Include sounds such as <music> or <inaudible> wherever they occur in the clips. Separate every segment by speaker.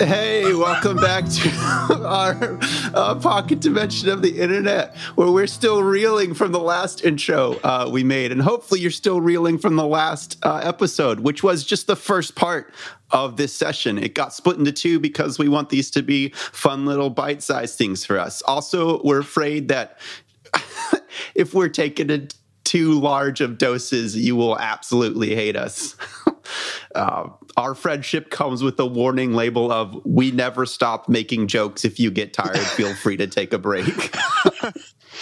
Speaker 1: Hey, welcome back to <laughs> our uh, pocket dimension of the internet, where we're still reeling from the last intro uh, we made. And hopefully, you're still reeling from the last uh, episode, which was just the first part of this session. It got split into two because we want these to be fun little bite sized things for us. Also, we're afraid that <laughs> if we're taking it too large of doses, you will absolutely hate us. <laughs> Uh, our friendship comes with a warning label of "We never stop making jokes. If you get tired, feel free to take a
Speaker 2: <laughs>
Speaker 1: break."
Speaker 2: and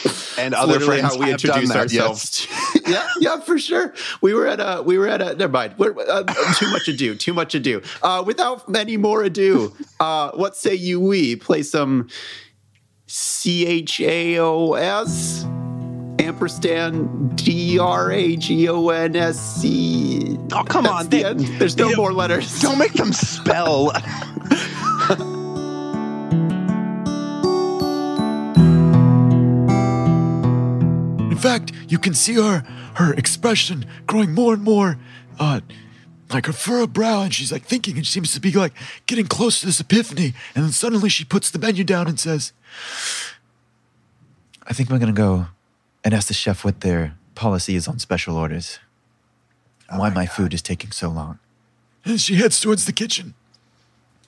Speaker 1: That's
Speaker 2: other
Speaker 1: literally
Speaker 2: friends
Speaker 1: how we
Speaker 2: have done
Speaker 1: introduce
Speaker 2: that, yes. <laughs>
Speaker 1: ourselves. yeah, yeah, for sure. We were at a, we were at a. Never mind. We're, uh, too much ado. Too much ado. Uh, without any more ado, uh, what say you? We play some C H A O S ampersand D R A G O N S C.
Speaker 2: Oh, come
Speaker 1: That's
Speaker 2: on,
Speaker 1: the
Speaker 2: they-
Speaker 1: end. There's no
Speaker 2: they-
Speaker 1: more letters.
Speaker 2: Don't make them spell.
Speaker 3: In fact, you can see her her expression growing more and more, uh, like her furrowed brow, and she's like thinking, and she seems to be like getting close to this epiphany. And then suddenly she puts the menu down and says, "I think I'm gonna go and ask the chef what their policy is on special orders, and why my food is taking so long." And she heads towards the kitchen.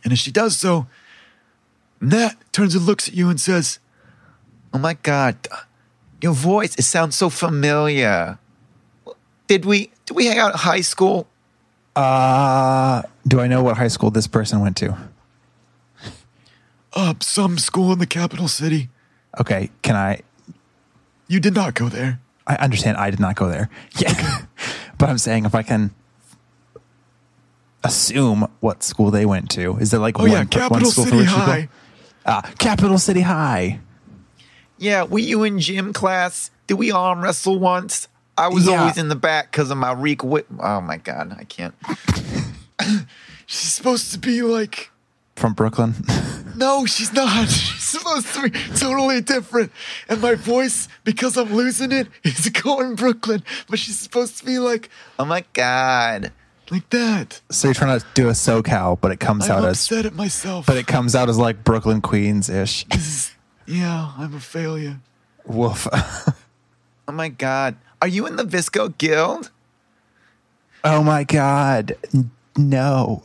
Speaker 3: And as she does so, Nat turns and looks at you and says, "Oh my God." Your voice, it sounds so familiar. Did we did we hang out in high school?
Speaker 4: Uh, do I know what high school this person went to?
Speaker 3: Uh, some school in the capital city.
Speaker 4: Okay, can I?
Speaker 3: You did not go there.
Speaker 4: I understand I did not go there. <laughs> Yeah. but I'm saying if I can assume what school they went to, is there like
Speaker 3: Oh
Speaker 4: one
Speaker 3: yeah,
Speaker 4: per- one
Speaker 3: capital
Speaker 4: school for
Speaker 3: city
Speaker 4: which you go?
Speaker 3: high.
Speaker 4: Ah, Capital City High.
Speaker 5: Yeah, were you in gym class? Did we arm wrestle once? I was
Speaker 4: Yeah.
Speaker 5: always in the back because of my reek whip. Oh my god, I can't.
Speaker 3: She's supposed to be like
Speaker 4: From Brooklyn. <laughs>
Speaker 3: no, she's not. <laughs> She's supposed to be totally different. And my voice, because I'm losing it, <laughs> is going Brooklyn. But she's supposed to be like
Speaker 5: Oh my god.
Speaker 3: like that.
Speaker 4: so you're trying to do a SoCal, but it comes
Speaker 3: I'm
Speaker 4: out as
Speaker 3: upset at myself.
Speaker 4: but it comes out as like Brooklyn Queens ish.
Speaker 3: <laughs> yeah, I'm a failure.
Speaker 4: <laughs> Woof. <laughs>
Speaker 5: Oh my god. Are you in the Visco Guild?
Speaker 4: oh my god. N- No.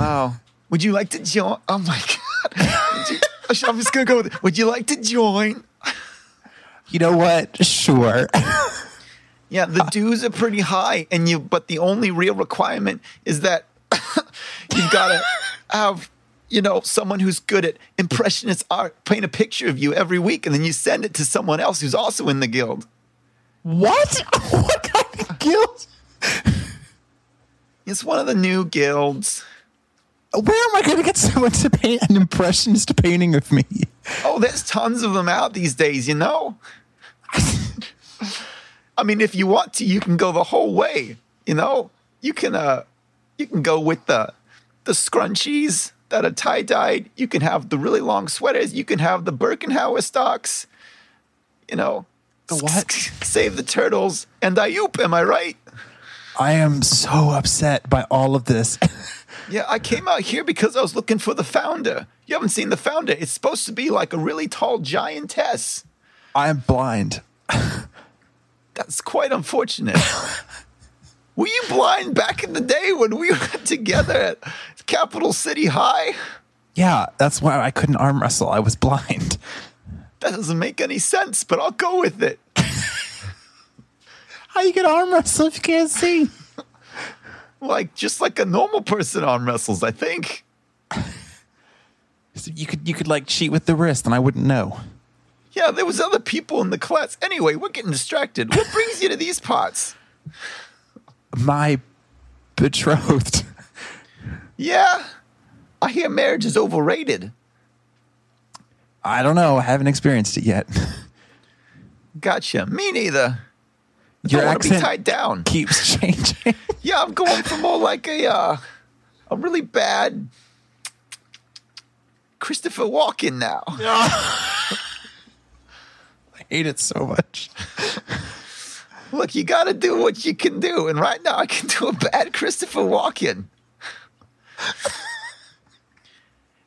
Speaker 5: Oh. Would you like to join? Oh my <laughs> god.
Speaker 3: I'm just gonna go with it.
Speaker 5: Would you like to join?
Speaker 4: You know what? Sure. <laughs>
Speaker 5: Yeah, the dues are pretty high, and you. But the only real requirement is that <laughs> you've got to have, you know, someone who's good at impressionist art paint a picture of you every week, and then you send it to someone else who's also in the guild.
Speaker 4: What? what kind of guilt?
Speaker 5: It's one of the new guilds.
Speaker 4: Where am I going to get someone to paint an impressionist painting of me?
Speaker 5: Oh, there's tons of them out these days, you know. <laughs> I mean, if you want to, you can go the whole way. You know, you can uh, you can go with the the scrunchies that are tie dyed. You can have the really long sweaters. You can have the Birkenhauer stocks. You know, the
Speaker 4: what?
Speaker 5: Save the turtles and Ayup. Am I right?
Speaker 4: I am so upset by all of this.
Speaker 5: Yeah, I came out here because I was looking for the founder. You haven't seen the founder. It's supposed to be like a really tall giantess.
Speaker 4: I am blind.
Speaker 5: That's quite unfortunate. Were you blind back in the day when we were together at Capital City High?
Speaker 4: Yeah, that's why I couldn't arm wrestle. I was blind.
Speaker 5: That doesn't make any sense, but I'll go with it.
Speaker 4: How you can arm wrestle if you can't see?
Speaker 5: Like just like a normal person arm wrestles, I think.
Speaker 4: You could you could like cheat with the wrist, and I wouldn't know.
Speaker 5: Yeah, there was other people in the class. Anyway, we're getting distracted. What brings you to these parts?
Speaker 4: My betrothed.
Speaker 5: Yeah. I hear marriage is overrated.
Speaker 4: I don't know. I haven't experienced it yet.
Speaker 5: Gotcha. Me neither.
Speaker 4: Your
Speaker 5: I want to be
Speaker 4: accent
Speaker 5: tied down.
Speaker 4: keeps <laughs> changing.
Speaker 5: Yeah, I'm going for more like a uh, a really bad Christopher Walken now.
Speaker 4: I hate it so much.
Speaker 5: Look, you got to do what you can do, and right now I can do a bad Christopher Walken.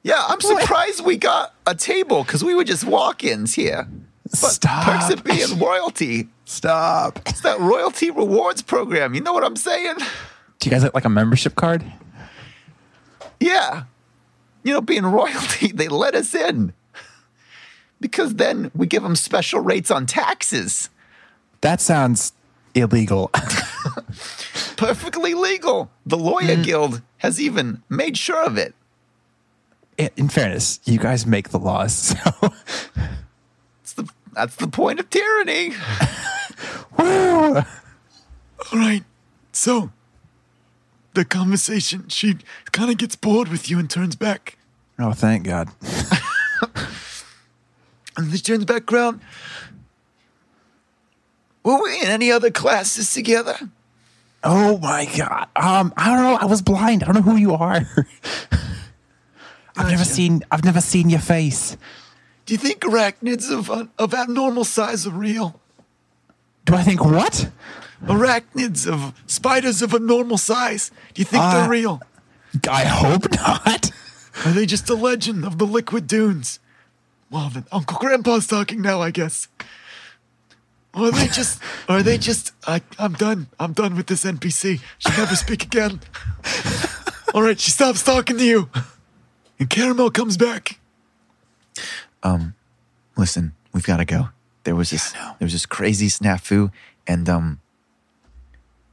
Speaker 5: Yeah, I'm surprised we got a table because we were just walk-ins here. But
Speaker 4: Stop.
Speaker 5: Perks of being royalty.
Speaker 4: Stop.
Speaker 5: It's that royalty rewards program. You know what I'm saying?
Speaker 4: Do you guys have like a membership card?
Speaker 5: Yeah. You know, being royalty, they let us in because then we give them special rates on taxes.
Speaker 4: That sounds illegal.
Speaker 5: <laughs> Perfectly legal. The Lawyer
Speaker 4: Mm.
Speaker 5: Guild has even made sure of it.
Speaker 4: In in fairness, you guys make the laws. <laughs> So
Speaker 5: It's the, that's the point of tyranny.
Speaker 4: <laughs> Woo!
Speaker 3: All right. So, the conversation, she kind of gets bored with you and turns back.
Speaker 4: Oh, thank God.
Speaker 5: And she turns back around. Were we in any other classes together?
Speaker 4: Oh my God. Um, I don't know. I was blind. I don't know who you are. <laughs> I've never seen. I've never seen your face.
Speaker 5: Do you think arachnids of, uh, of abnormal size are real?
Speaker 4: Do I think what?
Speaker 5: Arachnids of spiders of abnormal size. Do you think
Speaker 4: Uh,
Speaker 5: they're real?
Speaker 4: I hope not.
Speaker 5: Are they just a legend of the liquid dunes? Well, then Uncle Grandpa's talking now, I guess. Or are they
Speaker 3: <laughs>
Speaker 5: just? Or are they just? I, I'm done. I'm done with this NPC. She'll never speak again. All right, she stops talking to you, and Caramel comes back.
Speaker 3: Um, Listen, we've got to go. There was this, there was this crazy snafu, and um,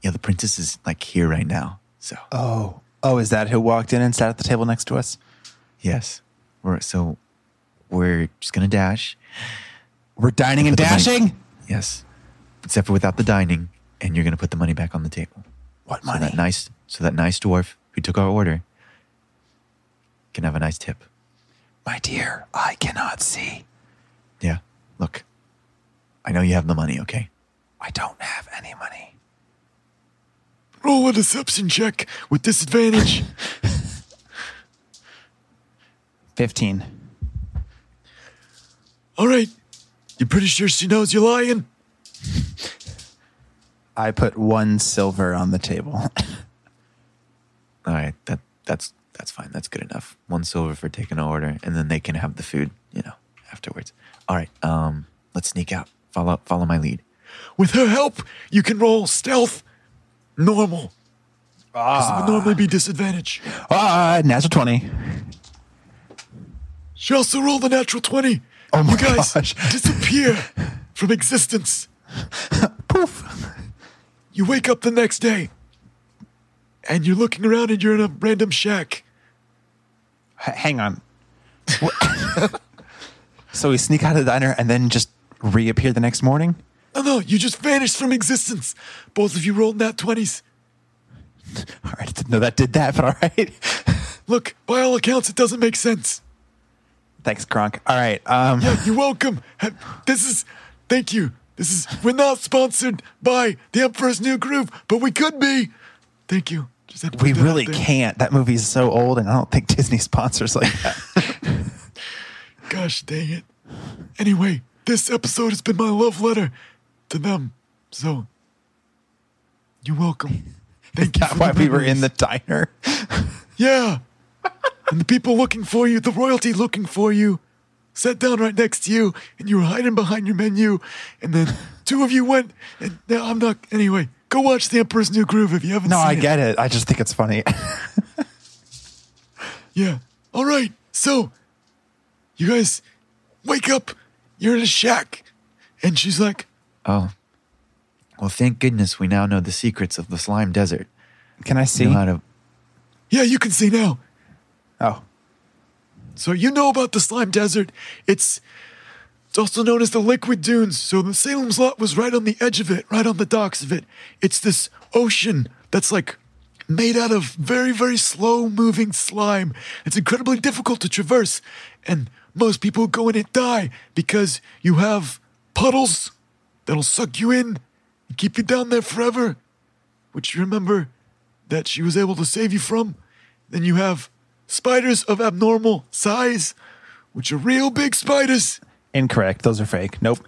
Speaker 3: yeah, the princess is like here right now. So
Speaker 4: Oh, oh, is that who walked in and sat at the table next to us?
Speaker 3: yes, we're so we're just gonna dash.
Speaker 4: We're dining and
Speaker 3: Put the money-
Speaker 4: dashing.
Speaker 3: Yes, except for without the dining, and you're gonna put the money back on the table.
Speaker 4: What
Speaker 3: So
Speaker 4: money?
Speaker 3: that nice, so that nice dwarf who took our order can have a nice tip.
Speaker 4: My dear, I cannot see.
Speaker 3: Yeah. Look, I know you have the money. Okay.
Speaker 4: I don't have any money.
Speaker 5: Roll a deception check with
Speaker 3: <laughs>
Speaker 5: disadvantage.
Speaker 4: Fifteen.
Speaker 5: All right, you're pretty sure she knows you're lying.
Speaker 4: I put one silver on the table. <laughs>
Speaker 3: All right. That that's that's fine. That's good enough. One silver for taking an order, and then they can have the food. You know, afterwards. All right. Um, let's sneak out. Follow follow my lead.
Speaker 5: With her help, you can roll stealth, normal.
Speaker 3: Ah.
Speaker 5: Because it would normally be disadvantage.
Speaker 4: Ah, natural twenty.
Speaker 5: She also rolled a natural 20.
Speaker 4: Oh my
Speaker 5: you guys
Speaker 4: gosh. <laughs>
Speaker 5: disappear from existence.
Speaker 4: Poof.
Speaker 5: You wake up the next day and you're looking around and you're in a random shack.
Speaker 4: H- hang on. What- <laughs> so we sneak out of the diner and then just reappear the next morning.
Speaker 5: No, no, you just vanished from existence. Both of you rolled nat 20s.
Speaker 4: All right, I didn't know that did that, <laughs> but all right.
Speaker 5: Look, by all accounts, it doesn't make sense.
Speaker 4: Thanks, Kronk. All right. Um,
Speaker 5: Yeah, you're welcome. Ha- This is, thank you. This is, we're not sponsored by the Emperor's New Groove, but we could be. Thank you. Just had to put
Speaker 4: we
Speaker 5: that out
Speaker 4: really
Speaker 5: there.
Speaker 4: can't. That movie's so old, and I don't think Disney <laughs> sponsors like that.
Speaker 5: Gosh dang it. Anyway, this episode has been my love letter to them. So, you're
Speaker 4: <laughs>
Speaker 5: welcome. Thank you.
Speaker 4: That's
Speaker 5: For
Speaker 4: why
Speaker 5: the
Speaker 4: we were in the
Speaker 5: memories.
Speaker 4: diner.
Speaker 5: Yeah. and the people looking for you, the royalty looking for you, sat down right next to you, and you were hiding behind your menu. And then two of you went, and now I'm not. Anyway, go watch The Emperor's New Groove if you haven't
Speaker 4: No,
Speaker 5: seen
Speaker 4: I
Speaker 5: it.
Speaker 4: get it. I just think it's funny. <laughs>
Speaker 5: Yeah. All right. So, you guys wake up. You're in a shack. And she's like,
Speaker 3: Oh. Well, thank goodness we now know the secrets of the slime desert.
Speaker 4: Can I see?
Speaker 3: Know how to.
Speaker 5: Yeah, you can see now.
Speaker 4: Oh,
Speaker 5: So you know about the slime desert. It's it's also known as the liquid dunes. So the Salem's Lot was right on the edge of it, right on the docks of it. It's this ocean that's like made out of very, very slow moving slime. It's incredibly difficult to traverse, and most people who go in it die because you have puddles that'll suck you in and keep you down there forever. Which you remember that she was able to save you from. Then you have spiders of abnormal size, which are real big spiders.
Speaker 4: incorrect. Those are fake. Nope.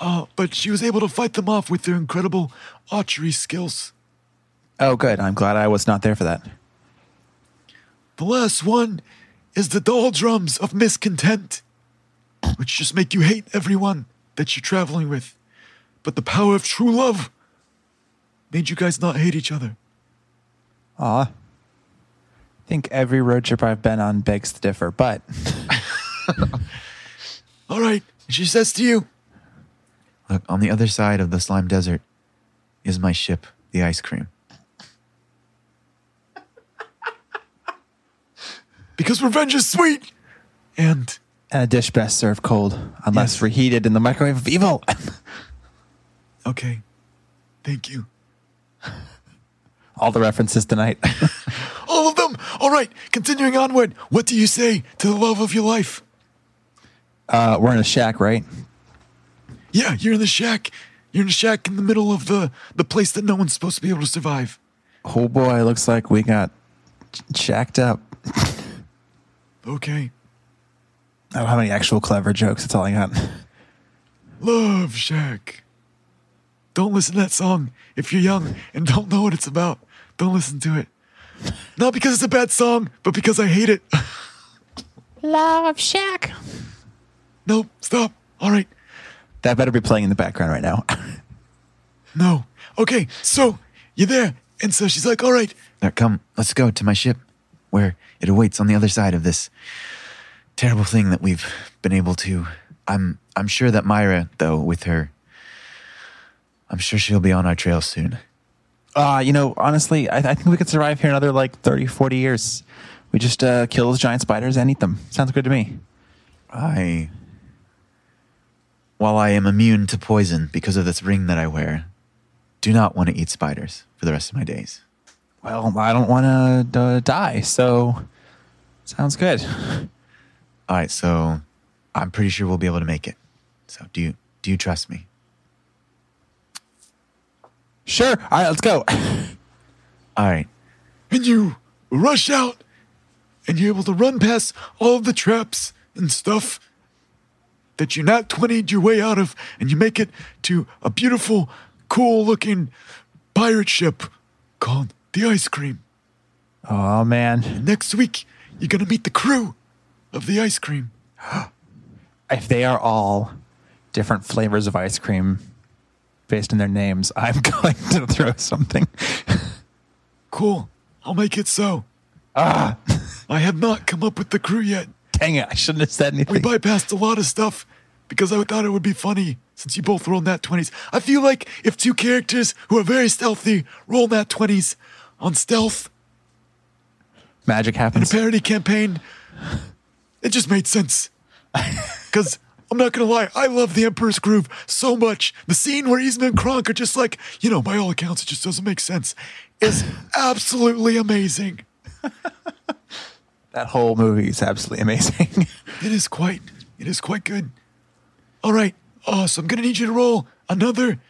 Speaker 5: Uh, but she was able to fight them off with their incredible archery skills.
Speaker 4: Oh, good. I'm glad I was not there for that.
Speaker 5: The last one is the doldrums of miscontent, which just make you hate everyone that you're traveling with. But the power of true love made you guys not hate each other.
Speaker 4: Aw. I think every road trip I've been on begs to differ, but
Speaker 5: All right, she says to you. Look, on the other side of the slime desert is my ship, the ice cream. because revenge is sweet! And
Speaker 4: and a dish best served cold, unless
Speaker 5: Yes.
Speaker 4: reheated in the microwave of evil. <laughs>
Speaker 5: Okay. Thank you.
Speaker 4: All the references tonight.
Speaker 5: All of them! All right, continuing onward, what do you say to the love of your life?
Speaker 4: Uh, we're in a shack, right?
Speaker 5: Yeah, you're in the shack. You're in a shack in the middle of the, the place that no one's supposed to be able to survive.
Speaker 4: Oh boy, looks like we got ch- shacked up.
Speaker 5: Okay.
Speaker 4: I don't have any Oh, actual clever jokes. That's all I got.
Speaker 5: Love Shack. Don't listen to that song if you're young and don't know what it's about. Don't listen to it. Not because it's a bad song, but because I hate it. <laughs>
Speaker 4: Love shack.
Speaker 5: nope, stop. All right.
Speaker 4: That better be playing in the background right now.
Speaker 5: No. Okay, so you're there. And so she's like, all right. Now come, let's go to my ship where it awaits on the other side of this terrible thing that we've been able to. I'm I'm sure that Myra, though, with her, I'm sure she'll be on our trail soon.
Speaker 4: Uh, you know, honestly, I, I think we could survive here another like 30, 40 years. We just uh, kill those giant spiders and eat them. Sounds good to me.
Speaker 5: I. While I am immune to poison because of this ring that I wear, do not want to eat spiders for the rest of my days.
Speaker 4: Well, I don't want to uh, die, so sounds good.
Speaker 5: All right, so I'm pretty sure we'll be able to make it. So do you do you trust me?
Speaker 4: Sure. All right, let's go. <laughs>
Speaker 5: All right. And you rush out, and you're able to run past all of the traps and stuff that you not 20'd your way out of, and you make it to a beautiful, cool looking pirate ship called the Ice Cream.
Speaker 4: Oh man,
Speaker 5: Next week, you're gonna meet the crew of the ice cream.
Speaker 4: if they are all different flavors of ice cream based on their names, <laughs> I'm going to throw something.
Speaker 5: Cool. I'll make it so. Ah! <laughs> I have not come up with the crew yet.
Speaker 4: Dang it! I shouldn't have said
Speaker 5: We
Speaker 4: anything.
Speaker 5: bypassed a lot of stuff because I thought it would be funny since you both rolled nat 20s. I feel like if two characters who are very stealthy roll nat 20s on stealth
Speaker 4: Magic
Speaker 5: in a <laughs>
Speaker 4: happens.
Speaker 5: parody campaign, it just made sense. Because I'm not going to lie, I love The Emperor's Groove so much. The scene where Yzma and Kronk are just like, you know, by all accounts, it just doesn't make sense, is absolutely amazing.
Speaker 4: That whole movie is absolutely amazing. <laughs>
Speaker 5: It is quite. It is quite good. All right. Uh, so I'm gonna need you to roll another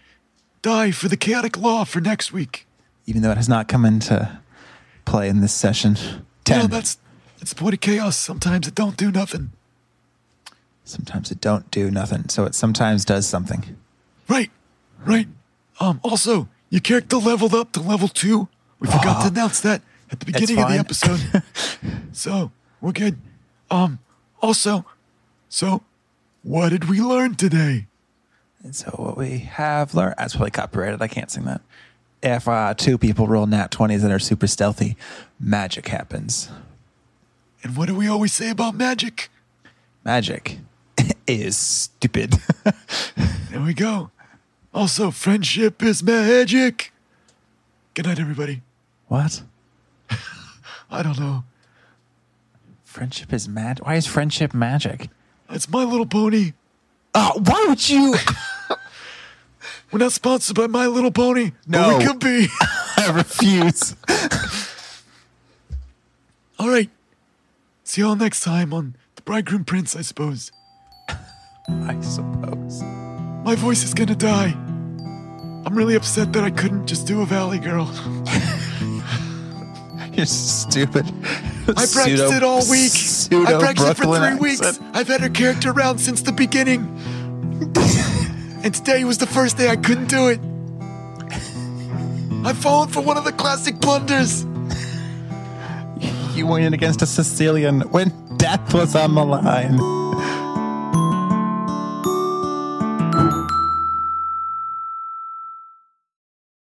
Speaker 5: die for the chaotic law for next week.
Speaker 4: Even though it has not come into play in this session.
Speaker 5: You know,
Speaker 4: Ten.
Speaker 5: that's it's the point of chaos. Sometimes it don't do nothing.
Speaker 4: sometimes it don't do nothing, so it sometimes does something.
Speaker 5: Right. Right. Um. Also, your character leveled up to level two. We forgot to announce that at the beginning of the
Speaker 4: fine.
Speaker 5: episode. so we're good. Um. Also, so what did we learn today?
Speaker 4: And so what we have learned that's probably copyrighted. I can't sing that. If uh, two people roll nat twenties and are super stealthy, magic happens.
Speaker 5: And what do we always say about magic?
Speaker 4: Magic <laughs> is stupid. <laughs>
Speaker 5: There we go. Also, friendship is magic. Good night, everybody.
Speaker 4: what?
Speaker 5: I don't know.
Speaker 4: Friendship is mad. Why is friendship magic?
Speaker 5: It's My Little Pony.
Speaker 4: Oh, why would you <laughs>
Speaker 5: We're not sponsored by My Little Pony. but
Speaker 4: No.
Speaker 5: we could be. <laughs>
Speaker 4: I refuse?
Speaker 5: All right. See y'all next time on The Bridegroom Prince, I suppose.
Speaker 4: I suppose.
Speaker 5: My voice is gonna die. I'm really upset that I couldn't just do a Valley Girl. <laughs>
Speaker 4: You're stupid.
Speaker 5: I practiced it all week. I practiced it for three weeks. I've had her character around since the beginning. and today was the first day I couldn't do it. I've fallen for one of the classic blunders.
Speaker 4: you went against a Sicilian when death was on the line.